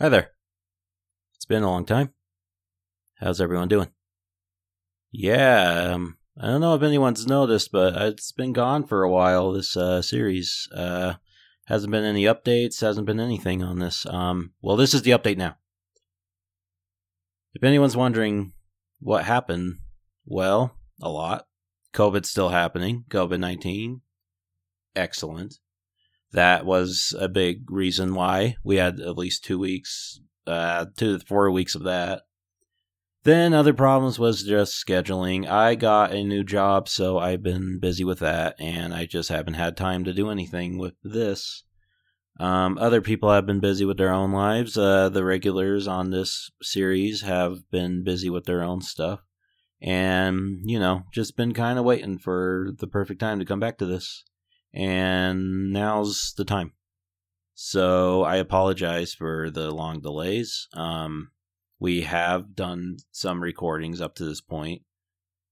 Hi there. It's been a long time. How's everyone doing? Yeah, um, I don't know if anyone's noticed, but it's been gone for a while. This uh, series uh, hasn't been any updates, hasn't been anything on this. Um, well, this is the update now. If anyone's wondering what happened, well, a lot. COVID's still happening. COVID 19. Excellent. That was a big reason why we had at least two weeks, uh, two to four weeks of that. Then other problems was just scheduling. I got a new job, so I've been busy with that, and I just haven't had time to do anything with this. Um, other people have been busy with their own lives. Uh, the regulars on this series have been busy with their own stuff, and you know, just been kind of waiting for the perfect time to come back to this. And now's the time. So I apologize for the long delays. Um, we have done some recordings up to this point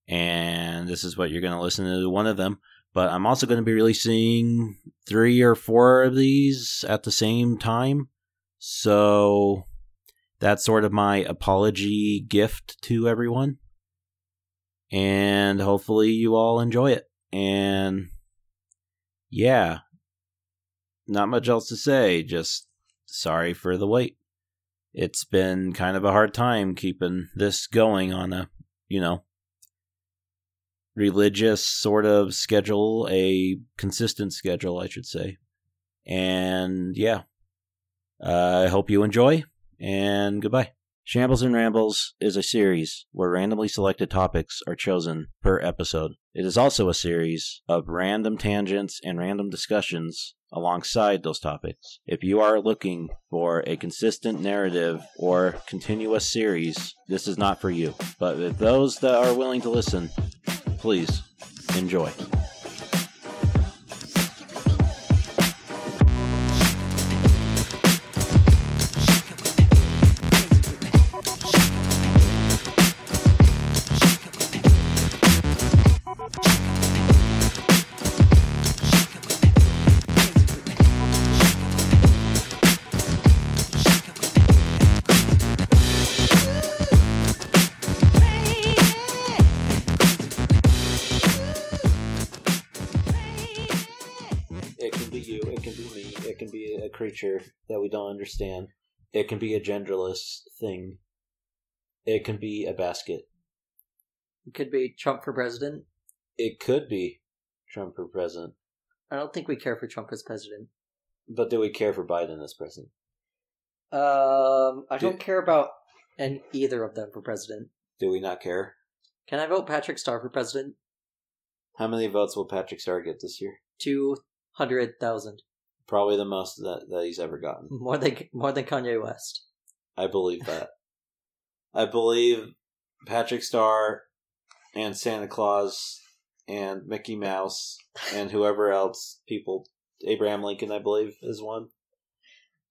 and this is what you're going to listen to one of them but i'm also going to be releasing three or four of these at the same time so that's sort of my apology gift to everyone and hopefully you all enjoy it and yeah not much else to say just sorry for the wait it's been kind of a hard time keeping this going on a you know religious sort of schedule a consistent schedule i should say and yeah uh, i hope you enjoy and goodbye shambles and rambles is a series where randomly selected topics are chosen per episode it is also a series of random tangents and random discussions alongside those topics. If you are looking for a consistent narrative or continuous series, this is not for you. But if those that are willing to listen, please enjoy. It can be you, it can be me, it can be a creature that we don't understand. It can be a genderless thing. It can be a basket. It could be Trump for president. It could be Trump for president. I don't think we care for Trump as president. But do we care for Biden as president? Um, I don't Did- care about and either of them for president. Do we not care? Can I vote Patrick Star for president? How many votes will Patrick Starr get this year? Two hundred thousand Probably the most that, that he's ever gotten. more than more than Kanye West. I believe that. I believe Patrick Starr and Santa Claus and Mickey Mouse and whoever else people Abraham Lincoln I believe is one.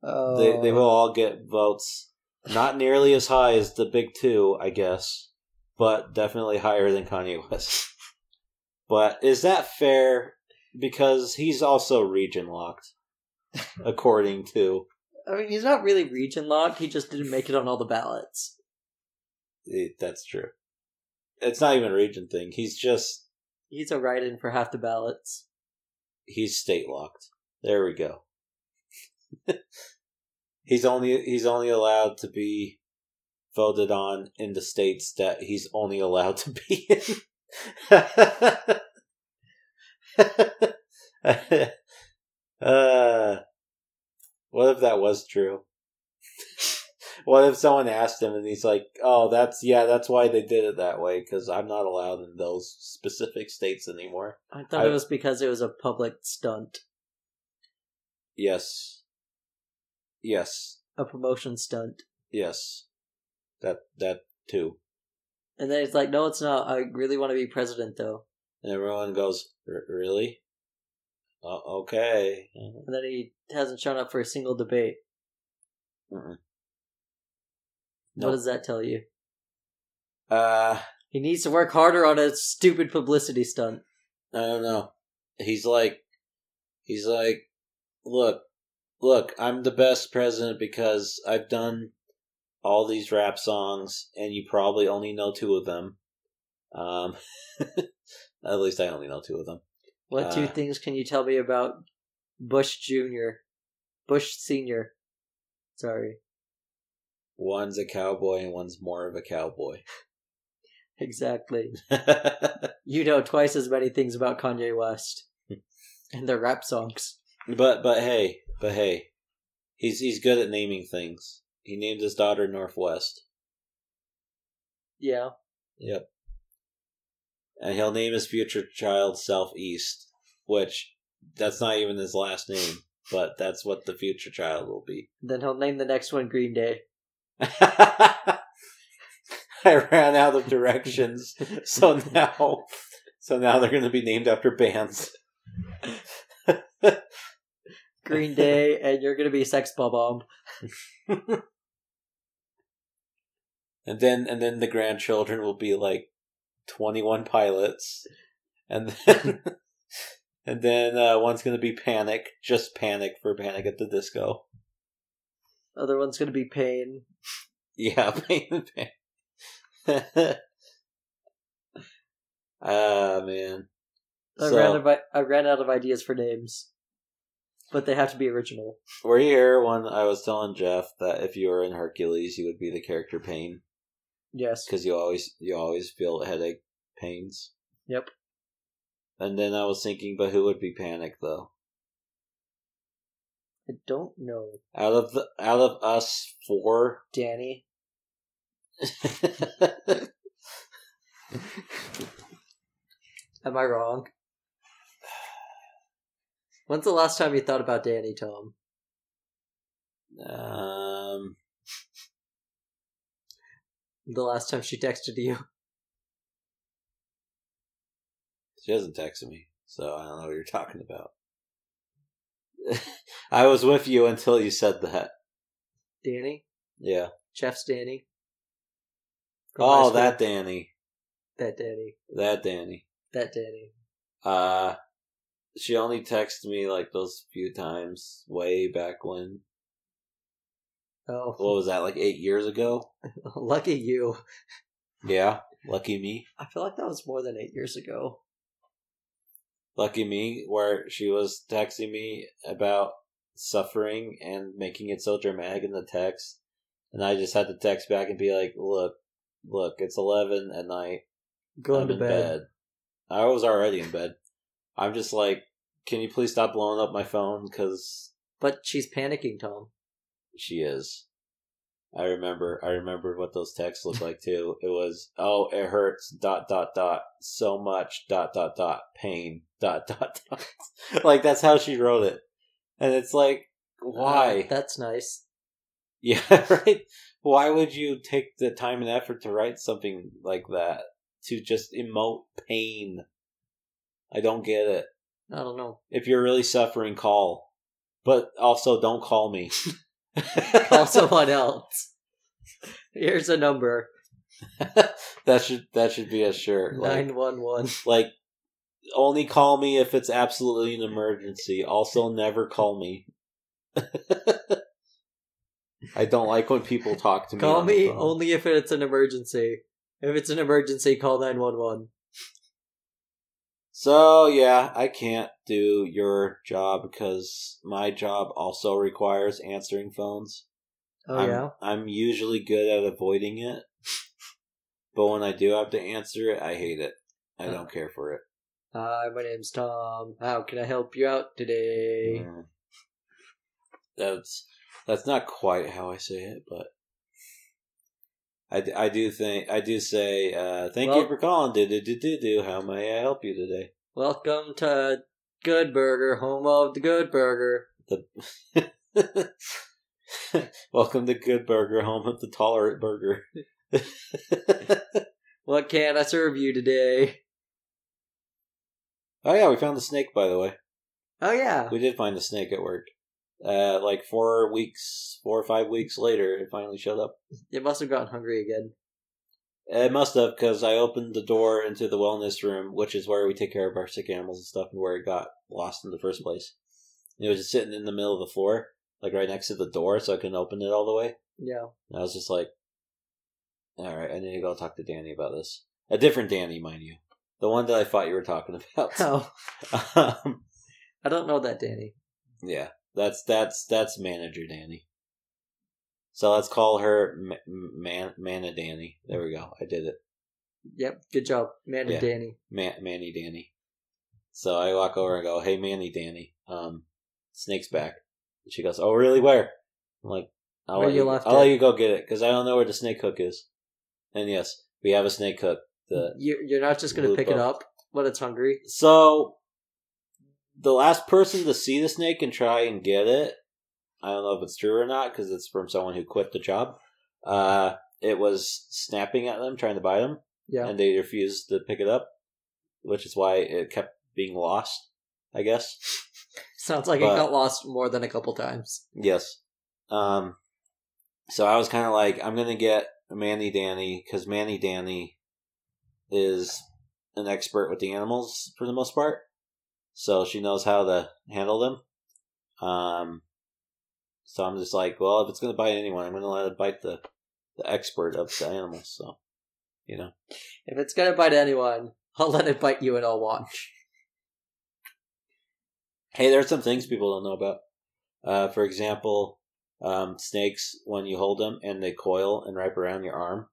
Oh, They they will all get votes. Not nearly as high as the big two, I guess, but definitely higher than Kanye West. but is that fair? Because he's also region locked, according to Uh, I mean, he's not really region locked. He just didn't make it on all the ballots. Eh, That's true. It's not even a region thing. He's just He's a write-in for half the ballots. he's state locked. There we go. he's only he's only allowed to be voted on in the states that he's only allowed to be in. uh, what if that was true? what if someone asked him and he's like, "Oh, that's yeah, that's why they did it that way because I'm not allowed in those specific states anymore." I thought I- it was because it was a public stunt, Yes. Yes. a promotion stunt. Yes. That that too. And then it's like, no, it's not. I really want to be president, though. And everyone goes, "R- "Really? Oh, O- okay." And then he hasn't shown up for a single debate. Mm-mm. What No. does that tell you? Uh, He needs to work harder on a stupid publicity stunt. I don't know. He's like, he's like, look, look, I'm the best president because I've done all these rap songs, and you probably only know two of them. Um, at least I only know two of them. What two Uh, things can you tell me about Bush Junior, Bush Senior? Sorry, One's a cowboy, and one's more of a cowboy. exactly. You know twice as many things about Kanye West and their rap songs. But but hey, but hey, he's he's good at naming things. He named his daughter Northwest. Yeah, Yep. And he'll name his future child Southeast, which that's not even his last name, but that's what the future child will be. then he'll name the next one Green Day. I ran out of directions, so now, so now they're going to be named after bands. Green Day, and you're gonna be Sex Bob Bomb. and then and then the grandchildren will be like 21 pilots and then and then uh, one's gonna be panic just panic for panic at the disco Other one's gonna be Pain. yeah pain and panic ah man I So- ran out of I, I ran out of ideas for names, but they have to be original. were you here when i was telling jeff that if you were in hercules you would be the character pain Yes, because you always you always feel headache pains Yep. and then i was thinking but who would be panic though I don't know out of the out of us four Danny. Am I wrong? When's the last time you thought about Danny, Tom? um The last time she texted you? she hasn't texted me so i don't know what you're talking about i was with you until you said that Danny? yeah Jeff's Danny? From high oh school? that danny That Danny. that danny That Danny. uh she only texted me like those few times way back when Oh, what was that like eight years ago lucky you. yeah lucky me I feel like that was more than eight years ago. Lucky Me, where she was texting me about suffering and making it so dramatic in the text. And I just had to text back and be like, look, look, it's 11 at night. Going I'm to in bed. I was already in bed. I'm just like, can you please stop blowing up my phone? Because But she's panicking, Tom. she is. I remember, I remember what those texts looked like too. It was, oh, it hurts, dot, dot, dot, so much, dot, dot, dot, pain, dot, dot, dot. like, that's how she wrote it. And it's like, Uh, why? that's nice. yeah, right? Why would you take the time and effort to write something like that? To just emote pain? I don't get it. I don't know. If you're really suffering, call. But also, don't call me. Call someone else. Here's a number that should that should be a shirt. Like, 911. like only call me if it's absolutely an emergency. Also never call me. I don't like when people talk to me. Call on the me phone. only if it's an emergency. If it's an emergency, call 911. So yeah, I can't do your job because my job also requires answering phones. Oh, I'm, yeah? I'm usually good at avoiding it. But when I do have to answer it, I hate it. Uh, I don't care for it. Hi, my name's Tom. How can I help you out today? Mm. That's that's not quite how I say it, but I, d- I do think I do say uh, thank Well- you for calling. Do do do do do. How may I help you today? Welcome to Good Burger, home of the Good Burger. The welcome to Good Burger, home of the tolerant burger. What can I serve you today? oh yeah, we found the snake. By the way, Oh, yeah. we did find the snake at work. Uh, like four weeks, four or five weeks later, it finally showed up. You must have gotten hungry again. It must have, because I opened the door into the wellness room, which is where we take care of our sick animals and stuff, and where it got lost in the first place. And it was just sitting in the middle of the floor, like right next to the door, so I couldn't open it all the way. Yeah. And I was just like, all right, I need to go talk to Danny about this. A different Danny, mind you. The one that I thought you were talking about. Oh, um, I don't know that, Danny. yeah, that's that's that's manager Danny. So let's call her Ma- Man Mana Danny. There we go. I did it, Yep. Good job, man. Yeah. And Danny. Ma- Manny Danny. So I walk over and go, "Hey, Manny Danny, um, Snake's back." And she goes, "Oh, really? Where?" I'm like, "I'll Where let you you. left I'll it." let you go get it because I don't know where the snake hook is." And yes, we have a snake hook. The You're you're not just gonna Loop pick it up. up when it's hungry. So the last person to see the snake and try and get it, I don't know if it's true or not because it's from someone who quit the job. Uh, it was snapping at them, trying to bite them, Yeah. and they refused to pick it up, which is why it kept being lost. I guess. Sounds like But- it got lost more than a couple times. Yes. Um. So I was kind of like, I'm gonna get Manny Danny because Manny Danny is an expert with the animals for the most part, so she knows how to handle them. Um. So I'm just like, well, if it's gonna bite anyone, I'm gonna let it bite the the expert of the animals. So, you know, If it's gonna bite anyone, I'll let it bite you and I'll watch. hey, there are some things people don't know about. Uh, for example, um, snakes when you hold them and they coil and wrap around your arm.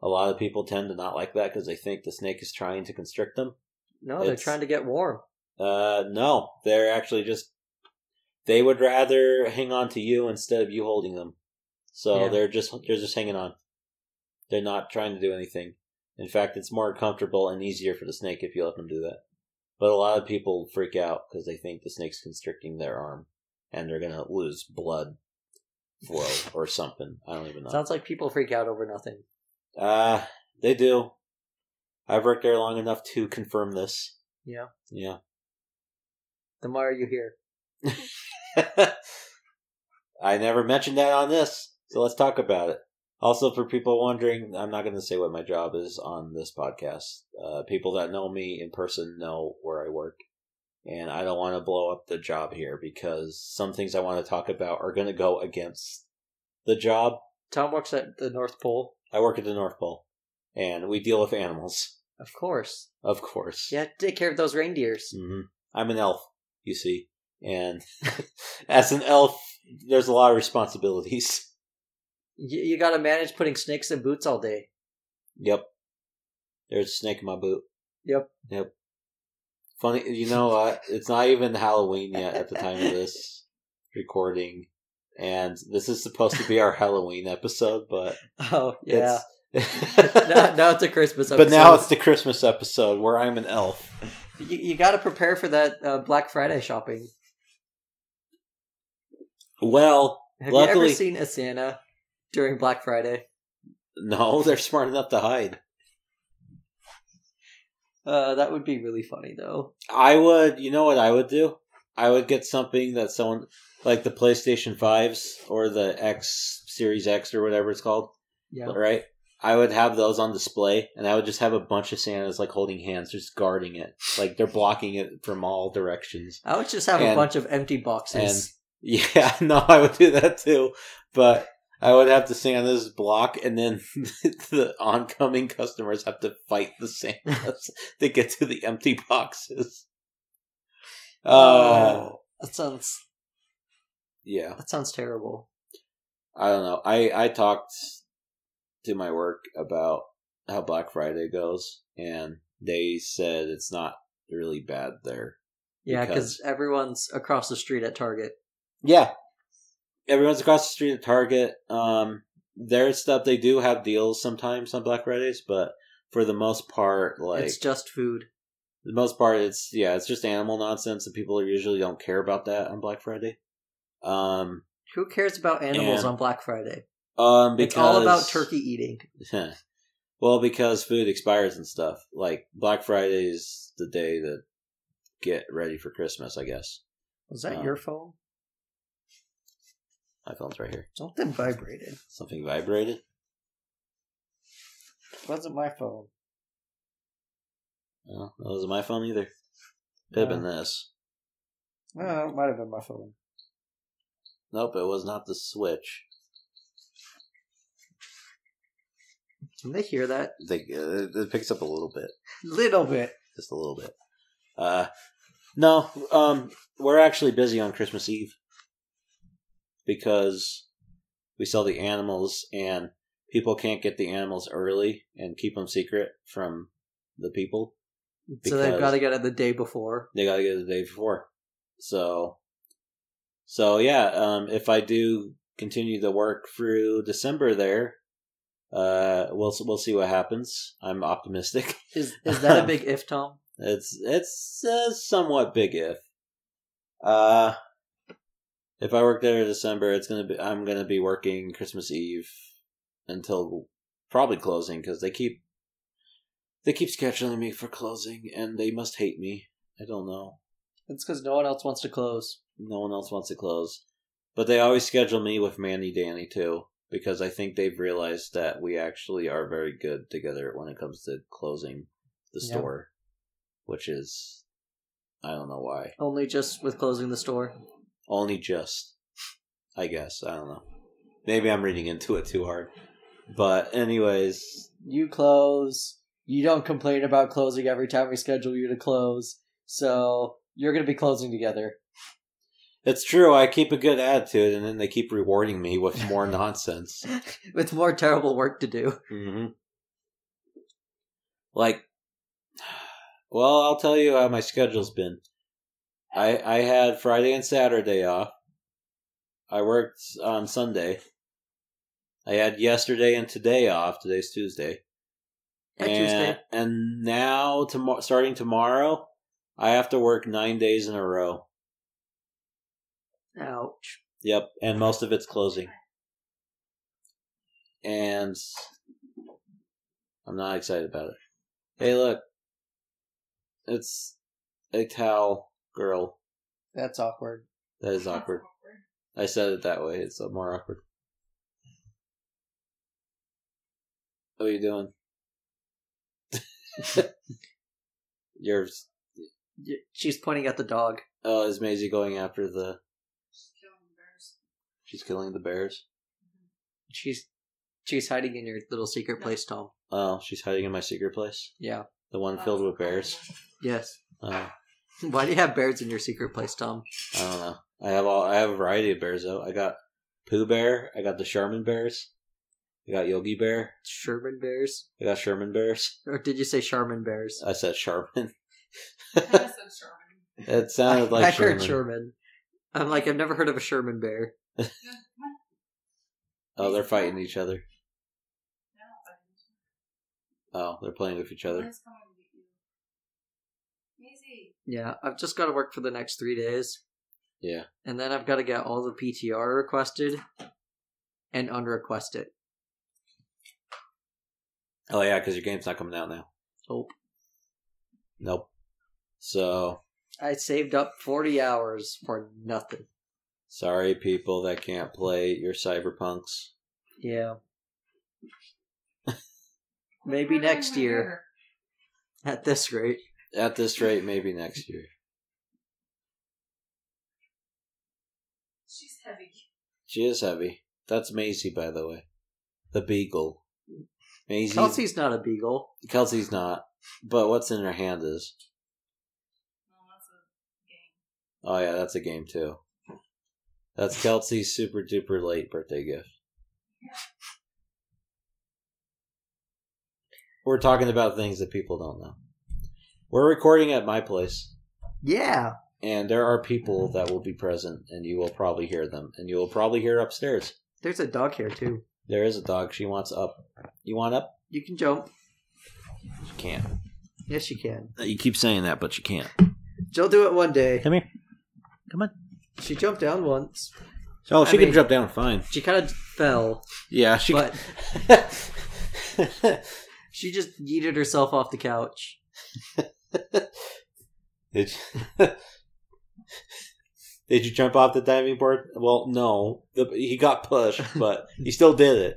A lot of people tend to not like that because they think the snake is trying to constrict them. No, they're It's- trying to get warm. Uh, no, they're actually just they would rather hang on to you instead of you holding them. So Yeah. they're just they're just hanging on. They're not trying to do anything. In fact, it's more comfortable and easier for the snake if you let them do that. But a lot of people freak out because they think the snake's constricting their arm, and they're gonna lose blood flow or something. I don't even know. Sounds like people freak out over nothing. Uh, they do. I've worked there long enough to confirm this. Yeah. Yeah. Then why are you here? I never mentioned that on this, so let's talk about it. Also, for people wondering, I'm not going to say what my job is on this podcast. Uh, people that know me in person know where I work, and I don't want to blow up the job here because some things I want to talk about are going to go against the job. Tom works at the North Pole. I work at the North Pole, and we deal with animals, Of course. of course. Yeah, take care of those reindeers. hmm I'm an elf, you see, and as an elf, there's a lot of responsibilities. You, you gotta manage putting snakes in boots all day. Yep. There's a snake in my boot. Yep. Yep. Funny, you know what? It's not even Halloween yet at the time of this recording, and this is supposed to be our Halloween episode, but Oh, yeah. it's now, now it's a Christmas episode. but now it's the Christmas episode where I'm an elf. You, you gotta prepare for that uh, Black Friday shopping. Well, Have you ever Luckily- seen a Santa during Black Friday? no, they're smart enough to hide. Uh, that would be really funny, though. I would, you know what I would do? I would get something that someone like the PlayStation 5s or the X Series X or whatever it's called. Yeah. right? I would have those on display, and I would just have a bunch of Santas like holding hands, just guarding it, like they're blocking it from all directions. I would just have a And- bunch of empty boxes. Yeah, no, I would do that too, but I would have the Santas block, and then the oncoming customers have to fight the Santas to get to the empty boxes. Uh, oh, that sounds yeah. that sounds terrible. I don't know. I I talked to my work about how Black Friday goes, and they said it's not really bad there. Yeah, Because- because everyone's across the street at Target. Yeah, everyone's across the street at Target. Um, their stuff they do have deals sometimes on Black Fridays, but for the most part, like it's just food. the most part it's yeah it's just animal nonsense and people usually don't care about that on black friday um Who cares about animals And- on Black Friday? um because It's all about turkey eating. Huh. well, because food expires and stuff. Like Black Friday is the day to get ready for Christmas. I guess Was that Oh. your phone? my phone's right here. Something vibrated. Something vibrated. Wasn't my phone. No, that wasn't my phone either. Could have been this. No, it might have been my phone. Nope, it was not the Switch. Can they hear that? They, uh, it picks up a little bit, Little bit. just a little bit. Uh, no, um, we're actually busy on Christmas Eve because we sell the animals, and people can't get the animals early and keep them secret from the people. so they've Because- got to get it the day before. they gotta get it the day before. So, so yeah. Um, if I do continue to work through December, there, uh, we'll we'll see what happens. I'm optimistic. Is is that a big if, Tom? It's it's a somewhat big if. Uh, if I work there in December, it's gonna be I'm gonna be working Christmas Eve until probably closing because they keep they keep scheduling me for closing and they must hate me. I don't know It's because no one else wants to close. no one else wants to close. But they always schedule me with Manny Danny too, because I think they've realized that we actually are very good together when it comes to closing the Yeah. store, which is I don't know why. Only just with closing the store. Only just, I guess. I don't know. Maybe I'm reading into it too hard. But anyways, You close. You don't complain about closing every time we schedule you to close. So you're going to be closing together. it's true. I keep a good attitude, and then they keep rewarding me with more nonsense. With more terrible work to do. hmm Like, well, I'll tell you how my schedule's been. I I had Friday and Saturday off. I worked on Sunday. I had yesterday and today off. Today's Tuesday. Yeah, and, Tuesday. And now, tomorrow, starting tomorrow, I have to work nine days in a row. Ouch. Yep, and most of it's closing. And I'm not excited about it. Hey, look. It's a towel girl. That's awkward. That is awkward. I said it that way. It's more awkward. What are you doing? You're. Y- She's pointing at the dog. Oh, is Maisie going after the. She's killing the bears? She's she's hiding in your little secret place, Tom. Oh, she's hiding in my secret place? Yeah. The one filled with bears? Yes. Oh, Why do you have bears in your secret place, Tom? I don't know. I have all. I have a variety of bears though. I got Pooh Bear. I got the Sherman Bears. I got Yogi Bear. Sherman bears, I got Sherman Bears. or did you say Sherman bears? I said Sherman. I said Sherman. it sounded like I Sherman. heard Sherman. I'm like, I've never heard of a Sherman bear. Oh, they're fighting each other. No, but Oh, they're playing with each other. Mine's coming to get you. Maisie. Yeah, I've just got to work for the next three days. Yeah. And then I've got to get all the PTR requested and unrequest it. Oh yeah, because your game's not coming out now. Nope. Nope. So I saved up 40 hours for nothing. sorry, people that can't play your cyberpunks. Yeah. Maybe next year. At this rate. At this rate, maybe next year. She's heavy. She is heavy. That's Maisie, by the way. The beagle. Maisie. Kelsey's not a beagle. Kelsey's not, but what's in her hand is. No, that's a game. Oh, yeah, that's a game, too. That's Kelsey's super duper late birthday gift. We're talking about things that people don't know. We're recording at my place, Yeah. and there are people that will be present, and you will probably hear them, and you will probably hear upstairs. There's a dog here, too. There is a dog. She wants up. You want up? You can jump. She can't. Yes, you can. You keep saying that, but you can't. She'll do it one day. Come here. Come on. She jumped down once. Oh, I she can mean- jump down fine. She kind of fell, Yeah, she. but she just yeeted herself off the couch. Did you, did you jump off the diving board? Well, no. The, he got pushed, but he still did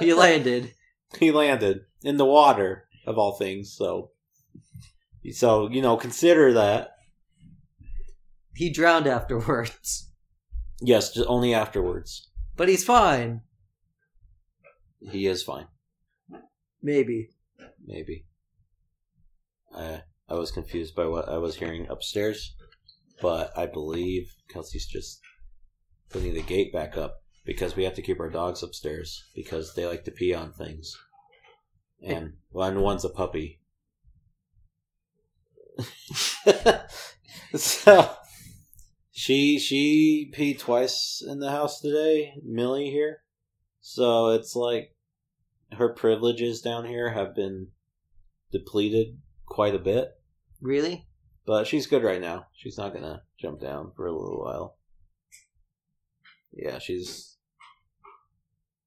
He landed. it. He landed in the water, of all things. So, so you know, consider that. He drowned afterwards. Yes, just only afterwards. But he's fine. He is fine. Maybe. Maybe. I I was confused by what I was hearing upstairs, but I believe Kelsey's just putting the gate back up because we have to keep our dogs upstairs because they like to pee on things. And well, and one's a puppy. so she she peed twice in the house today, Millie here. So it's like her privileges down here have been depleted quite a bit, Really? but she's good right now. She's not gonna jump down for a little while. Yeah, she's.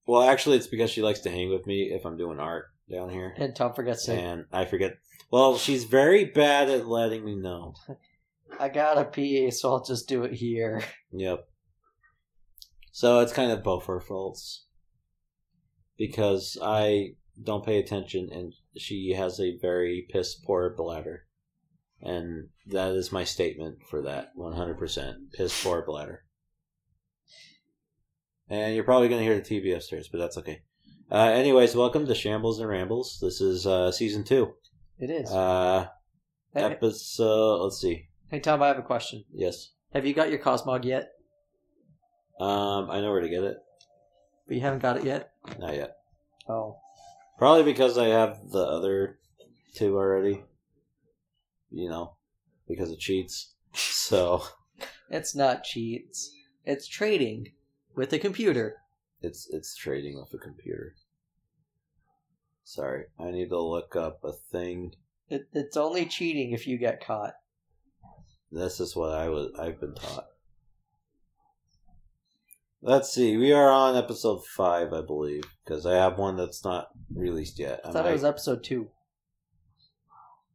Well, actually, it's because she likes to hang with me if I'm doing art down here, And Tom forgets to. and I forget. Well, she's very bad at letting me know. I gotta pee, so I'll just do it here. Yep. So it's kind of both her faults. Because I don't pay attention and she has a very piss poor bladder. And that is my statement for that 100% piss poor bladder. And you're probably going to hear the TV upstairs, but that's okay. Uh, anyways, welcome to Shambles and Rambles. This is uh, season two. It is. Uh, Hey- episode. Let's see. hey, Tom, I have a question. Yes. Have you got your Cosmog yet? Um, I know where to get it. But you haven't got it yet? Not yet. Oh. Probably because I have the other two already. You know, because of cheats. So It's not cheats. It's trading with a computer. it's it's trading with a computer. Sorry, I need to look up a thing. It, it's only cheating if you get caught. This is what I was I've been taught. Let's see. We are on episode five, I believe, because I have one that's not released yet. I I'm thought it was episode two.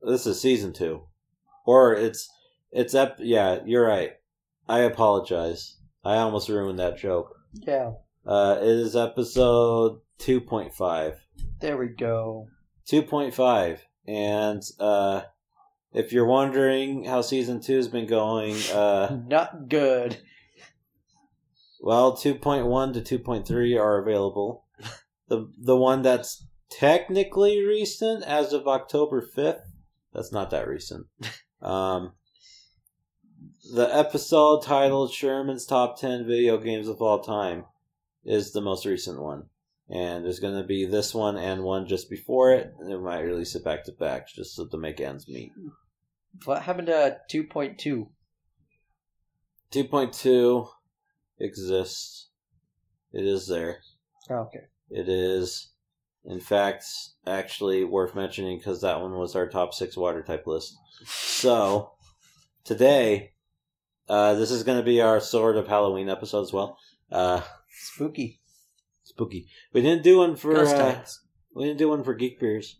this is season two or it's it's up yeah you're right i apologize i almost ruined that joke Yeah. uh it is episode 2.5 There we go. 2.5 and uh if you're wondering how season two has been going uh Not good. well 2.1 to 2.3 are available the the one that's technically recent as of october 5th that's not that recent. Um, the episode titled Sherman's Top 10 Video Games of All Time is the most recent one. And there's going to be this one and one just before it, and they might release it back to back just so to make ends meet. What happened to 2.2? 2.2 exists, it is there. Oh, okay. It is, in fact, actually worth mentioning because that one was our top six water type list. So, today, uh, this is going to be our sort of Halloween episode as well. Uh, Spooky. spooky. We didn't do one for Ghost uh, types. we didn't do one for Geek Beers.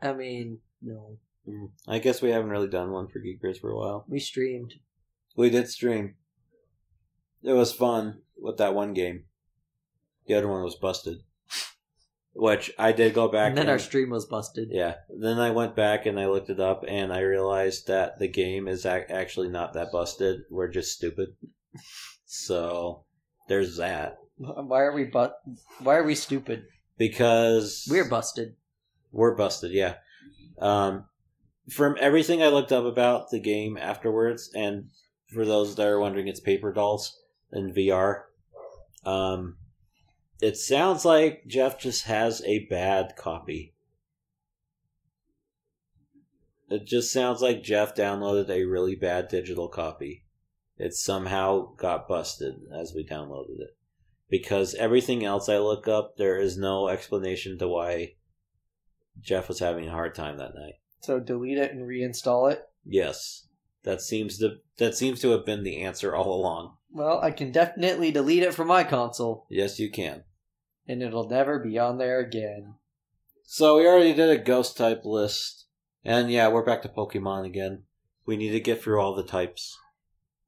I mean, no. Mm. I guess we haven't really done one for Geek Beers for a while. We streamed. We did stream. It was fun with that one game. The other one was busted, which I did go back and then our stream was busted. Yeah. Then I went back and I looked it up and I realized that the game is ac- actually not that busted. We're just stupid. So there's that. Why are we but? Why are we stupid? Because We're busted. we're busted, yeah. Um, from everything I looked up about the game afterwards, and for those that are wondering, it's Paper Dolls in VR. Um, it sounds like Jeff just has a bad copy. It just sounds like Jeff downloaded a really bad digital copy. It somehow got busted as we downloaded it. Because everything else I look up, there is no explanation to why Jeff was having a hard time that night. So delete it and reinstall it. Yes, that seems to that seems to have been the answer all along. Well, I can definitely delete it from my console, Yes, you can. and it'll never be on there again. So we already did a ghost type list, and yeah, we're back to Pokemon again. We need to get through all the types.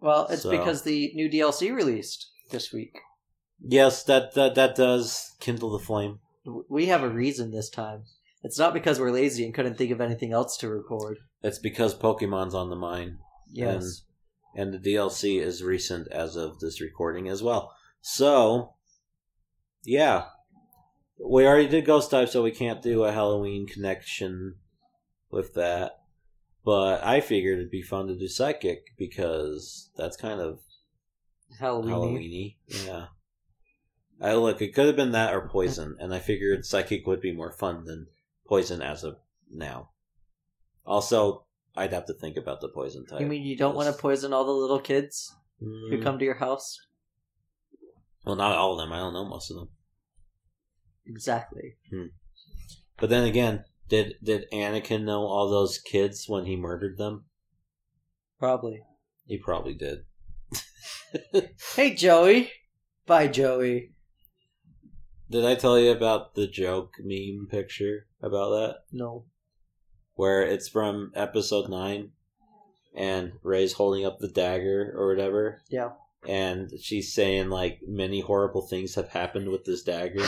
Well, it's So- because the new DLC released this week. Yes, that that, that does kindle the flame. W- We have a reason this time. It's not because we're lazy and couldn't think of anything else to record. It's because Pokemon's on the mind. Yes, And and the DLC is recent as of this recording as well. So, yeah, we already did Ghost Dive, so we can't do a Halloween connection with that. But I figured it'd be fun to do Psychic because that's kind of Halloween. Halloweeny. Yeah. I look, it could have been that or poison, and I figured psychic would be more fun than poison as of now. Also, I'd have to think about the poison type. You mean you don't want to poison all the little kids who Mm, come to your house? well, not all of them. I don't know most of them. Exactly. But then again, did did Anakin know all those kids when he murdered them? Probably. He probably did. Hey, Joey. Bye, Joey. Did I tell you about the joke meme picture about that? No. where it's from episode nine, and Ray's holding up the dagger or whatever. Yeah. And she's saying like many horrible things have happened with this dagger,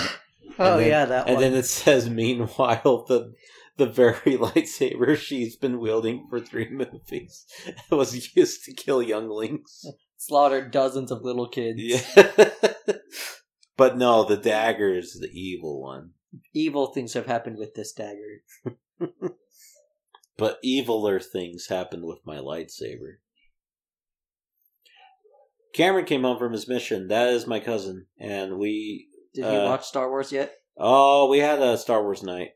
Oh, then- yeah, that and one. then it says, "Meanwhile, the the very lightsaber she's been wielding for three movies was used to kill younglings." Slaughtered dozens of little kids. Yeah. but no, the dagger is the evil one. Evil things have happened with this dagger. But eviler things happened with my lightsaber. Cameron came home from his mission. That is my cousin. And we. Did you Uh, watch Star Wars yet? Oh, we had a Star Wars night.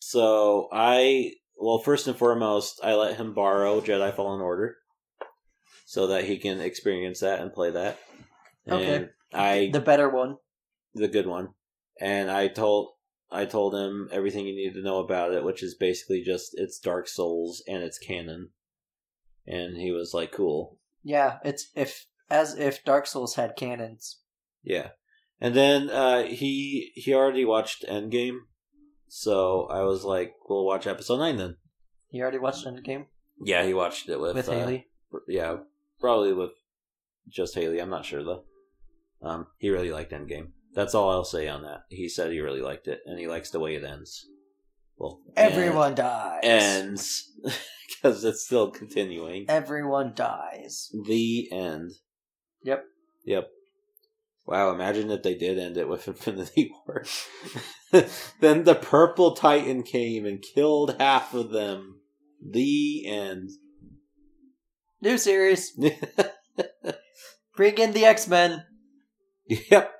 So I. Well, first and foremost, I let him borrow Jedi Fallen Order so that he can experience that and play that. Okay. And I. The better one. the good one. And I told. I told him everything you need to know about it, which is basically just it's Dark Souls and it's canon. And he was like, "Cool, Yeah, it's if as if Dark Souls had cannons. Yeah, and then uh, he he already watched Endgame, so I was like, "We'll watch episode nine then." You already watched Endgame Yeah, he watched it with with uh, Haley. Yeah, probably with just Haley. I'm not sure though. Um, he really liked Endgame. That's all I'll say on that. He said he really liked it, and he likes the way it ends. Well, Everyone dies. ends because it's still continuing. Everyone dies. The end. Yep. Yep. Wow, imagine if they did end it with Infinity War. then the purple titan came and killed half of them. The end. New series. Bring in the X Men. yep.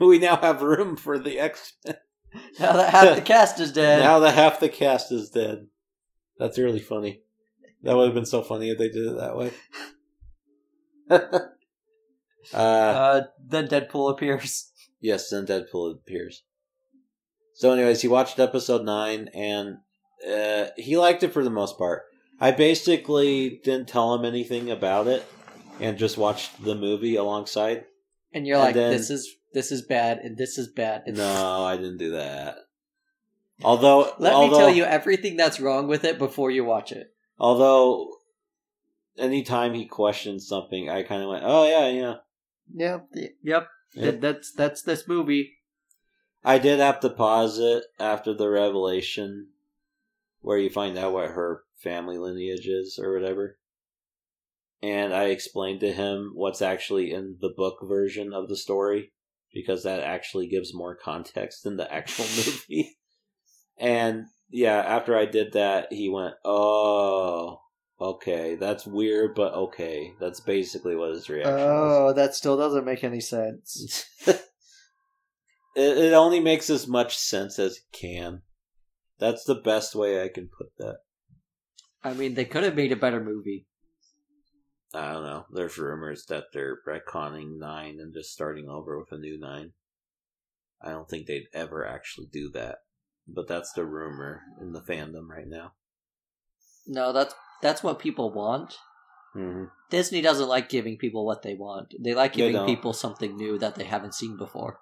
We now have room for the X Now that half the cast is dead. Now that half the cast is dead. That's really funny. That would have been so funny if they did it that way. uh, uh, then Deadpool appears. Yes, then Deadpool appears. So, anyways, he watched episode nine, and uh, he liked it for the most part. I basically didn't tell him anything about it, and just watched the movie alongside. And you're And like, then- this is this is bad and this is bad. And No, I didn't do that. Although, Let although, me tell you everything that's wrong with it before you watch it. although, anytime he questioned something, I kind of went, "Oh yeah, yeah." Yep. Yep. Yep. That's that's this movie. I did have to pause it after the revelation where you find out what her family lineage is or whatever. And I explained to him what's actually in the book version of the story because that actually gives more context than the actual movie. and yeah, after I did that, he went, "Oh, okay, that's weird, but okay." That's basically what his reaction was. Oh, that still doesn't make any sense. it, it only makes as much sense as it can. That's the best way I can put that. I mean, they could have made a better movie. I don't know. There's rumors that they're retconning nine and just starting over with a new nine. I don't think they'd ever actually do that, but that's the rumor in the fandom right now. No, that's that's what people want. Mm-hmm. Disney doesn't like giving people what they want. They like They giving don't. people something new that they haven't seen before.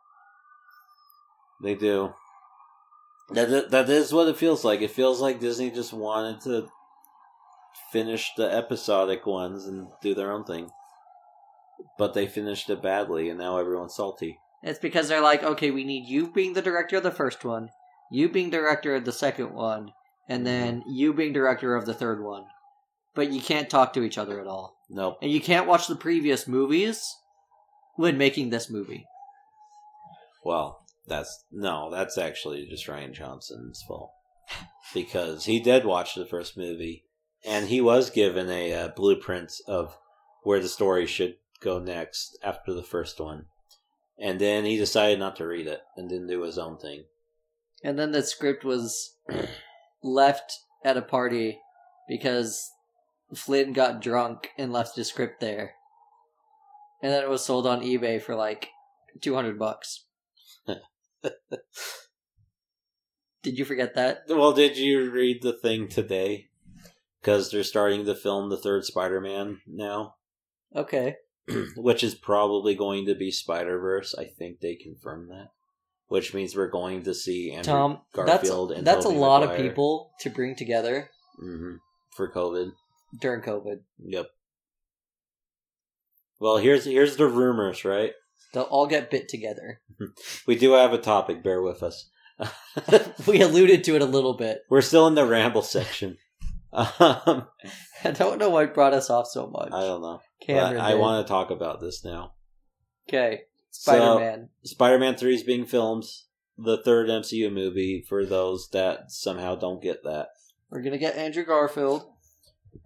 They do. That that- that is what it feels like. It feels like Disney just wanted to finish the episodic ones and do their own thing, but they finished it badly, and now everyone's salty. It's because they're like, okay, we need you being the director of the first one, Mm-hmm. you being director of the second one, and then you being director of the third one. but you can't talk to each other at all. Nope. And you can't watch the previous movies when making this movie. Well, that's no, that's actually just Ryan Johnson's fault because he did watch the first movie and he was given a uh, blueprint of where the story should go next after the first one, and then he decided not to read it and didn't do his own thing. And then the script was left at a party because Flynn got drunk and left the script there. And then it was sold on eBay for like 200 bucks. Did you forget that? Well, did you read the thing today? Because they're starting to film the third Spider-Man now, Okay. which is probably going to be Spider-Verse. I think they confirmed that, which means we're going to see Andrew Tom, Garfield that's, and that's a Tobey lot of Maguire. people to bring together Mhm. for COVID. during COVID. Yep. Well, here's here's the rumors, right? They'll all get bit together. We do have a topic. Bear with us. we alluded to it a little bit. We're still in the ramble section. Um, I don't know why it brought us off so much. I don't know. But Cameron I did. want to talk about this now. Okay. So- Spider Man. Spider-Man 3 is being filmed, the third MCU movie for those that somehow don't get that. We're gonna get Andrew Garfield.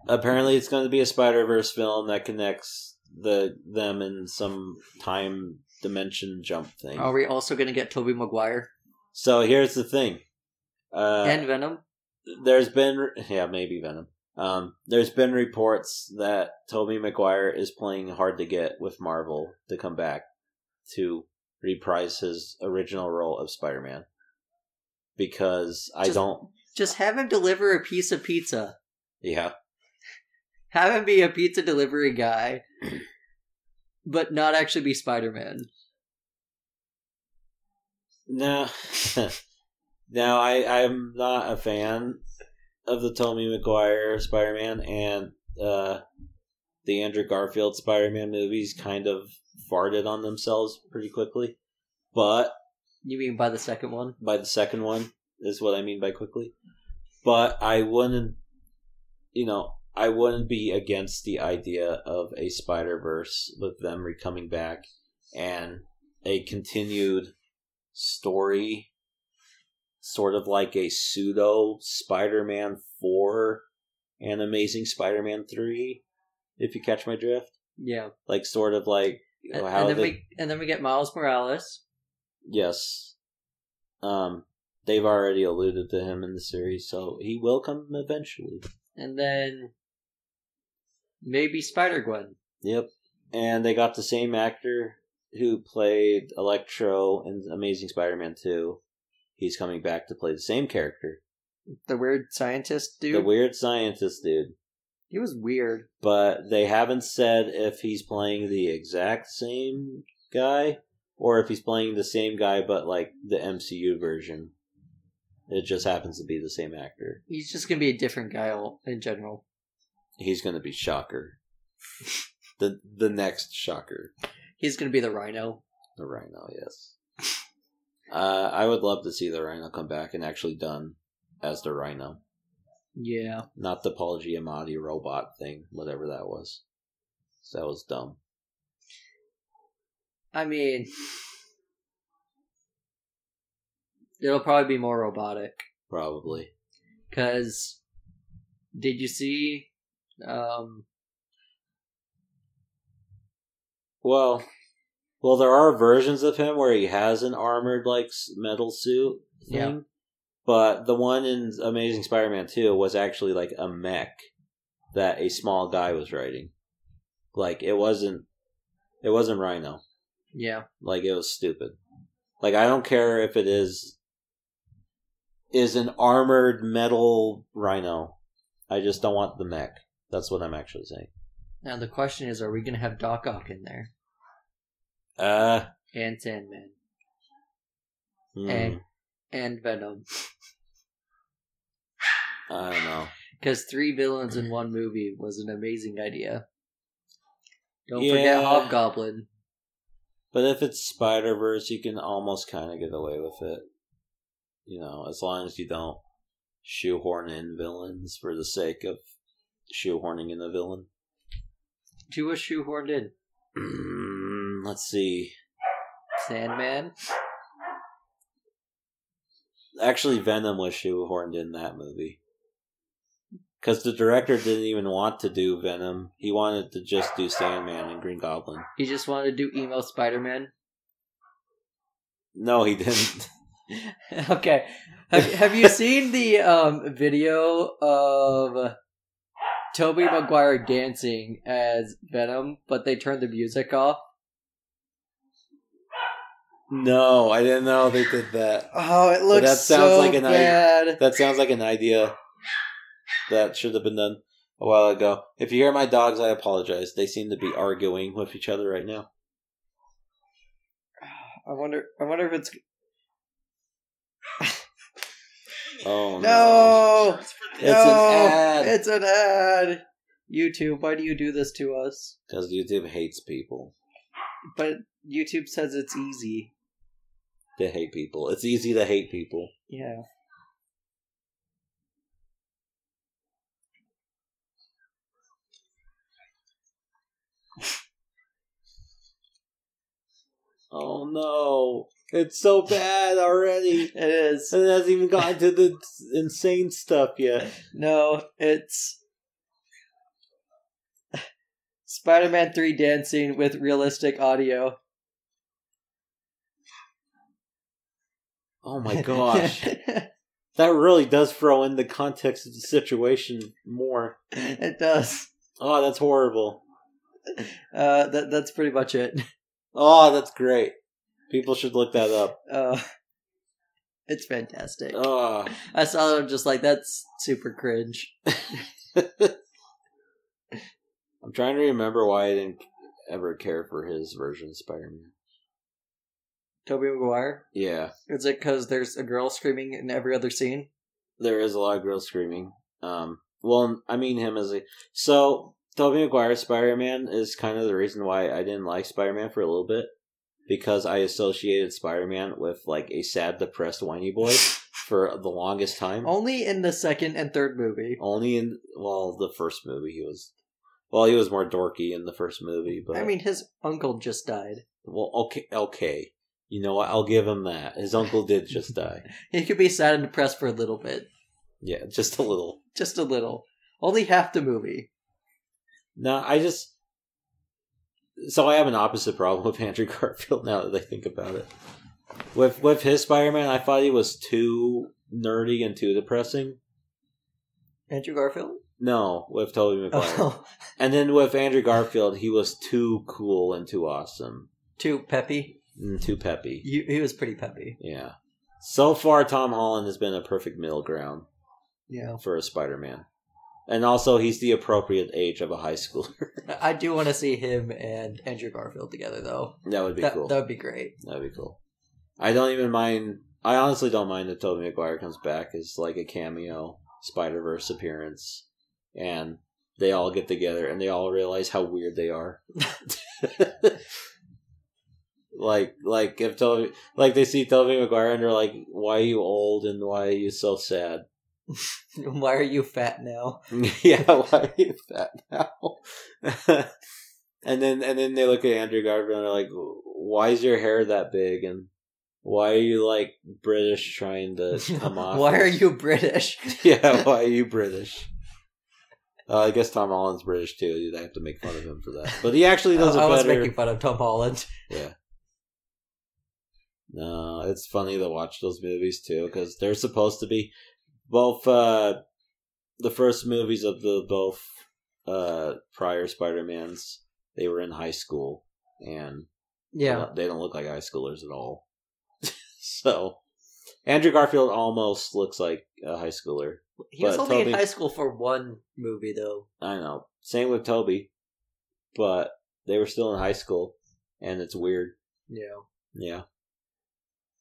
Apparently it's going to be a Spider-Verse film that connects the them in some time dimension jump thing. Are we also gonna get Toby Maguire So here's the thing. Uh, and Venom? there's been yeah, maybe Venom. Um, there's been reports that Tobey Maguire is playing hard to get with Marvel to come back to reprise his original role of Spider-Man. Because I Just- don't Just have him deliver a piece of pizza. Yeah. Have him be a pizza delivery guy, but not actually be Spider Man. No. no, I, I'm not a fan of the Tommy Maguire Spider Man and uh, the Andrew Garfield Spider Man movies kind of farted on themselves pretty quickly. But You mean by the second one? by the second one is what I mean by quickly. But I wouldn't you know, I wouldn't be against the idea of a Spider Verse with them re- coming back and a continued story, sort of like a pseudo Spider Man 4 and Amazing Spider Man 3, if you catch my drift. Yeah. Like, sort of like And, how and then they, we and then we get Miles Morales. Yes. Um, they've already alluded to him in the series, so he will come eventually. And then maybe Spider Gwen. Yep. And they got the same actor who played Electro in Amazing Spider-Man 2. He's coming back to play the same character. The weird scientist dude. The weird scientist dude. he was weird. But they haven't said if he's playing the exact same guy or if he's playing the same guy but like the MCU version. It just happens to be the same actor. He's just gonna be a different guy all- in general. he's gonna be shocker. the the next shocker. He's gonna be the Rhino. The rhino, yes. Uh, I would love to see the rhino come back and actually done as the rhino. Yeah. Not the Paul Giamatti robot thing, whatever that was. That was dumb. I mean, it'll probably be more robotic. Probably. Cause, did you see? Um, Well well there are versions of him where he has an armored like s- metal suit thing. Yeah. But the one in Amazing Spider Man two was actually like a mech that a small guy was riding. Like it wasn't it wasn't Rhino. yeah, Like it was stupid. Like I don't care if it is is an armored metal rhino. I just don't want the mech. That's what I'm actually saying. now the question is, are we gonna have Doc Ock in there Uh and Sandman hmm, And- and Venom? I don't know. Because three villains in one movie was an amazing idea. Don't Yeah. forget Hobgoblin. But if it's Spider Verse, you can almost kind of get away with it. You know, as long as you don't shoehorn in villains for the sake of shoehorning in the villain. She was shoehorned in. Mm, let's see. Sandman. Actually, Venom was shoehorned in that movie. Because the director didn't even want to do Venom. He wanted to just do Sandman and Green Goblin. He just wanted to do emo Spider Man. No, he didn't. okay. Have, have you seen the um, video of Toby Maguire dancing as Venom, but they turned the music off? no, I didn't know they did that. Oh, it looks that sounds so like an i- bad. That sounds like an idea that should have been done a while ago. If you hear my dogs, I apologize. They seem to be arguing with each other right now. I wonder. I wonder if it's Oh no! no. It's an ad It's an ad. YouTube, why do you do this to us? because YouTube hates people. But YouTube says it's easy. They hate people. It's easy to hate people. Yeah. Oh no! It's so bad already. It is. And it hasn't even gotten to the insane stuff yet. No, it's Spider Man 3 dancing with realistic audio. Oh my gosh. that really does throw in the context of the situation more. it does. Oh, that's horrible. Uh, that, that's pretty much it. Oh, that's great. People should look that up. Uh, it's fantastic. Oh. I saw it, I'm just like, that's super cringe. I'm trying to remember why I didn't ever care for his version of Spider Man. Toby Maguire? Yeah, Is it because there's a girl screaming in every other scene? there is a lot of girls screaming. Um, well, I mean him as a so Tobey Maguire Spider Man is kind of the reason why I didn't like Spider Man for a little bit because I associated Spider Man with like a sad, depressed, whiny boy for the longest time. Only in the second and third movie. Only in well, the first movie he was well, he was more dorky in the first movie, but I mean, his uncle just died. Well, okay, okay. You know what? I'll give him that. His uncle did just die. He could be sad and depressed for a little bit. Yeah, just a little. Just a little. Only half the movie. No, I just. So I have an opposite problem with Andrew Garfield now that I think about it. With with his Spider Man, I thought he was too nerdy and too depressing. Andrew Garfield? No, with Tobey Maguire, Oh, and then with Andrew Garfield, he was too cool and too awesome too peppy. and too peppy. You, he was pretty peppy. Yeah. So far, Tom Holland has been a perfect middle ground. Yeah. for a Spider-Man. And also, he's the appropriate age of a high schooler. I do want to see him and Andrew Garfield together, though. that would be That, cool. that would be great. That would be cool. I don't even mind. I honestly don't mind if Tobey Maguire comes back as like a cameo Spider Verse appearance, and they all get together and they all realize how weird they are. like, like if Toby, like they see Tobey Maguire and they're like, "Why are you old and why are you so sad?" Why are you fat now? yeah, why are you fat now? and then and then they look at Andrew Garfield and they're like, "Why is your hair that big?" And why are you like British trying to come off? Why as- are you British? yeah, why are you British? Uh, I guess Tom Holland's British too. I have to make fun of him for that, but he actually does I, I it was better. making fun of Tom Holland. No, it's funny to watch those movies too because they're supposed to be both uh, the first movies of the both uh, prior Spider Mans. They were in high school, and they Yeah. don't- they don't look like high schoolers at all. so Andrew Garfield almost looks like a high schooler. He was But only in Toby- high school for one movie, though. I know. Same with Toby, but they were still in high school, and it's weird. Yeah. Yeah.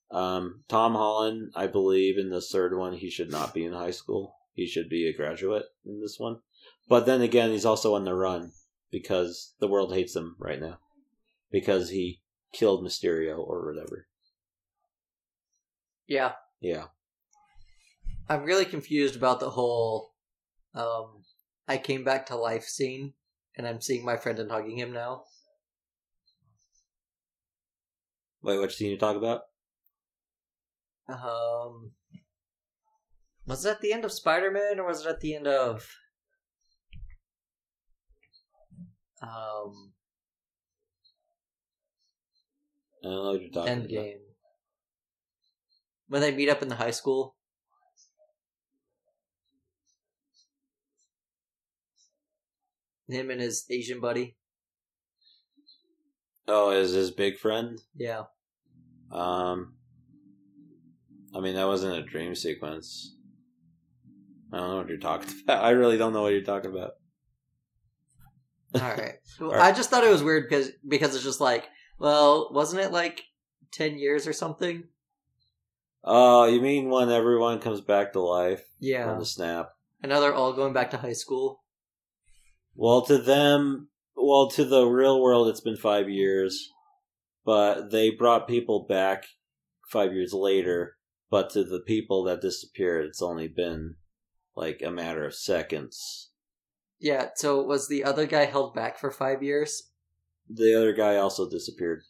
Um, Tom Holland, I believe in the third one, he should not be in high school. He should be a graduate in this one. But then again, he's also on the run because the world hates him right now because he killed Mysterio or whatever. Yeah. Yeah. I'm really confused about the whole um I came back to life scene, and I'm seeing my friend and hugging him now. Wait, which scene you talk about? Um, was it at the end of Spider Man or was it at the end of um I don't know what you're talking about. Endgame when they meet up in the high school? Him and his Asian buddy. Oh, is his big friend? Yeah. Um, I mean, that wasn't a dream sequence. I don't know what you're talking about. I really don't know what you're talking about. All right. Well, All right. I just thought it was weird because because it's just like, well, wasn't it like ten years or something? Oh, you mean when everyone comes back to life on Yeah. the snap? And now they're all going back to high school. Well, to them, well, to the real world, it's been five years, but they brought people back five years later. But to the people that disappeared, it's only been like a matter of seconds. Yeah. So was the other guy held back for five years? The other guy also disappeared.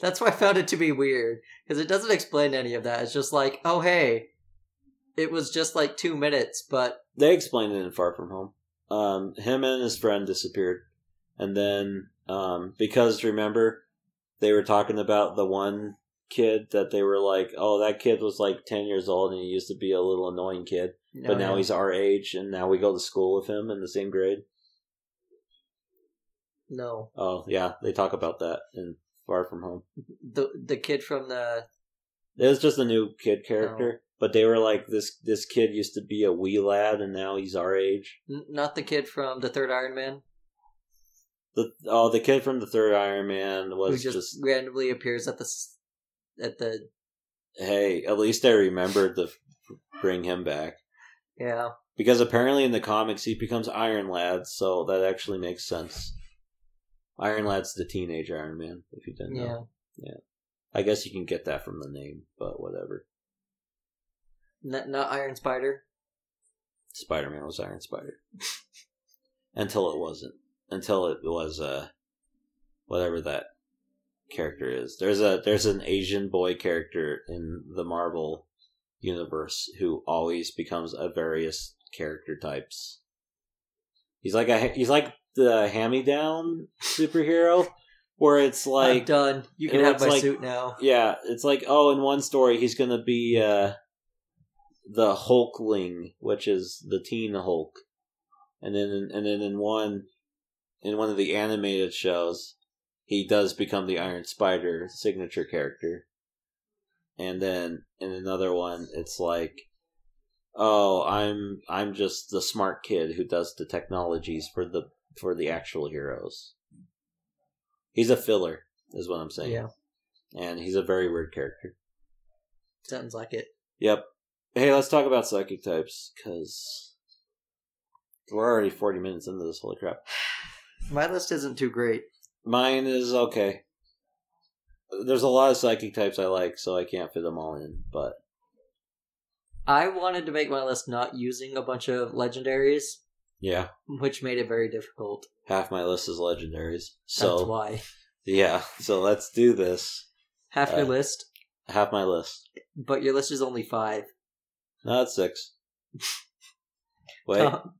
That's why I found it to be weird because it doesn't explain any of that. It's just like, oh hey, it was just like two minutes, but they explained it in Far From Home. Um, him and his friend disappeared, and then um, because remember they were talking about the one kid that they were like, oh, that kid was like ten years old and he used to be a little annoying kid, no, but now he's our age and now we go to school with him in the same grade. no Oh yeah, they talk about that in Far From Home. the the kid from the It was just a new kid character, Oh. but they were like this this kid used to be a wee lad and now he's our age. n- not the kid from the third Iron Man The oh the kid from the third Iron Man who was just, just randomly appears at the s- at the hey, at least I remembered to f- bring him back. yeah Because apparently in the comics he becomes Iron Lad, so that actually makes sense. Iron Lad's the teenage Iron Man, if you didn't yeah. know. I guess you can get that from the name, but whatever. Not, not Iron Spider. Spider Man was Iron Spider. Until it wasn't. Until it was uh whatever that character is. There's a there's an Asian boy character in the Marvel universe who always becomes a various character types. He's like a he's like the hammy down superhero where it's Like, like I'm done. You can it have looks my like- suit now. yeah, it's like oh, in one story he's gonna be uh, the Hulkling, which is the Teen Hulk, and then and then in one in one of the animated shows he does become the Iron Spider signature character, and then in another one it's like oh, I'm I'm just the smart kid who does the technologies for the for the actual heroes. He's a filler, is what I'm saying Yeah, and he's a very weird character. sounds like it. Yep. Hey, let's talk about psychic types because we're already forty minutes into this. Holy crap! My list isn't too great. Mine is okay. There's a lot of psychic types I like, so I can't fit them all in. But I wanted to make my list not using a bunch of legendaries, yeah, which made it very difficult. half my list is legendaries. That's So why yeah, so let's do this. half your Uh, list, Half my list. but your list is only five. No, it's six. Wait, Oh,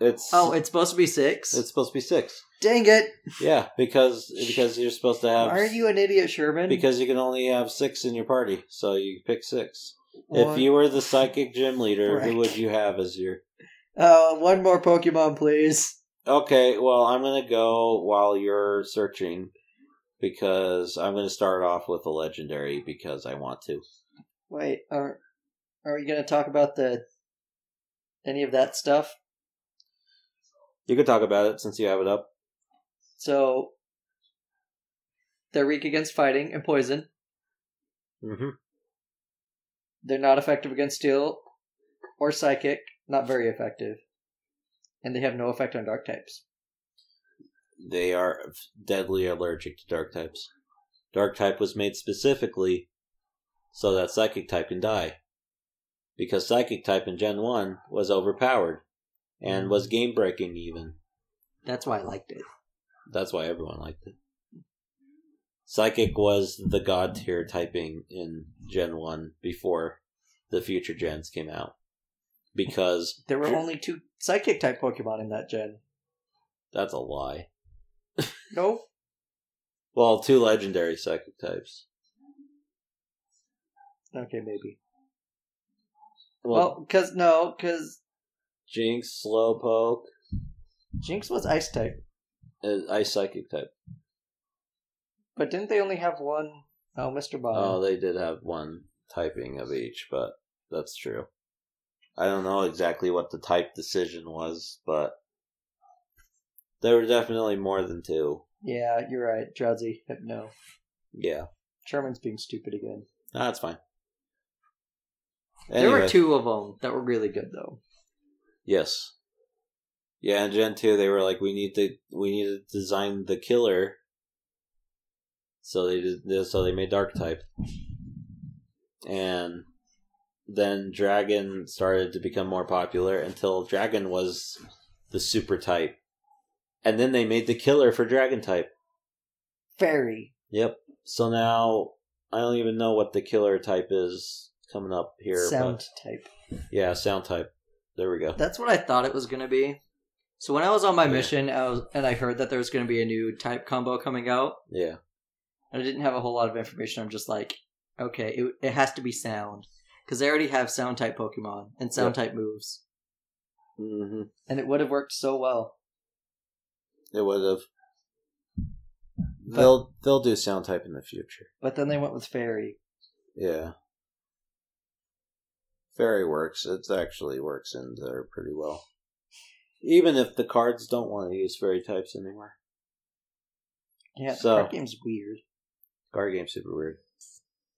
it's oh, it's, it's supposed to be six. supposed to be six. Dang it! Yeah, because because you're supposed to have. Aren't you an idiot, Sherman? Uh, Because you can only have six in your party, so you pick six. If One- you were the psychic gym leader, who Frick. would you have as your? Uh, one more Pokemon, please. Okay, well, I'm gonna go while you're searching because I'm gonna start off with a legendary because I want to. Wait, are are we gonna talk about the any of that stuff? You could talk about it since you have it up. So they're weak against fighting and poison. Mm-hmm. They're not effective against steel or psychic, not very effective. And they have no effect on dark types. They are f- deadly allergic to dark types. Dark type was made specifically so that psychic type can die because psychic type in Gen One was overpowered and was game breaking even. That's why I liked it. That's why everyone liked it. Psychic was the god tier typing in Gen 1 before the future gens came out. Because There were only two psychic type Pokemon in that gen. that's a lie. No, Well, two legendary psychic types. okay, maybe. Well, Well, because no, because Jinx, Slowpoke, Jinx was ice type, uh, ice psychic type. but didn't they only have one? Oh, Mr. Oh, Bomb. they did have one typing of each, but that's true. I don't know exactly what the type decision was, but there were definitely more than two. yeah, you're right. Drowsy, Hypno. Yeah, Charmin's being stupid again. no, that's fine. There Anyway, were two of them that were really good though. Yes. Yeah, in Gen two, they were like, we need to we need to design the killer. So they did. So they made Dark type, and then Dragon started to become more popular until Dragon was the super type, and then they made the killer for Dragon type. Fairy. Yep. So now I don't even know what the killer type is coming up here. sound type. But yeah, sound type. There we go. That's what I thought it was gonna be. So when I was on my Oh, Yeah. mission, I was, and I heard that there was gonna be a new type combo coming out, Yeah. and I didn't have a whole lot of information. I'm just like, okay, it, it has to be sound because they already have sound type Pokemon and sound type moves, hmm and it would have worked so well. It would have. They'll they'll do sound type in the future. But then they went with fairy. Yeah. Fairy works. It actually works in there pretty well. Even if the cards don't want to use fairy types anymore. Yeah, So- that game's weird. Card game's super weird.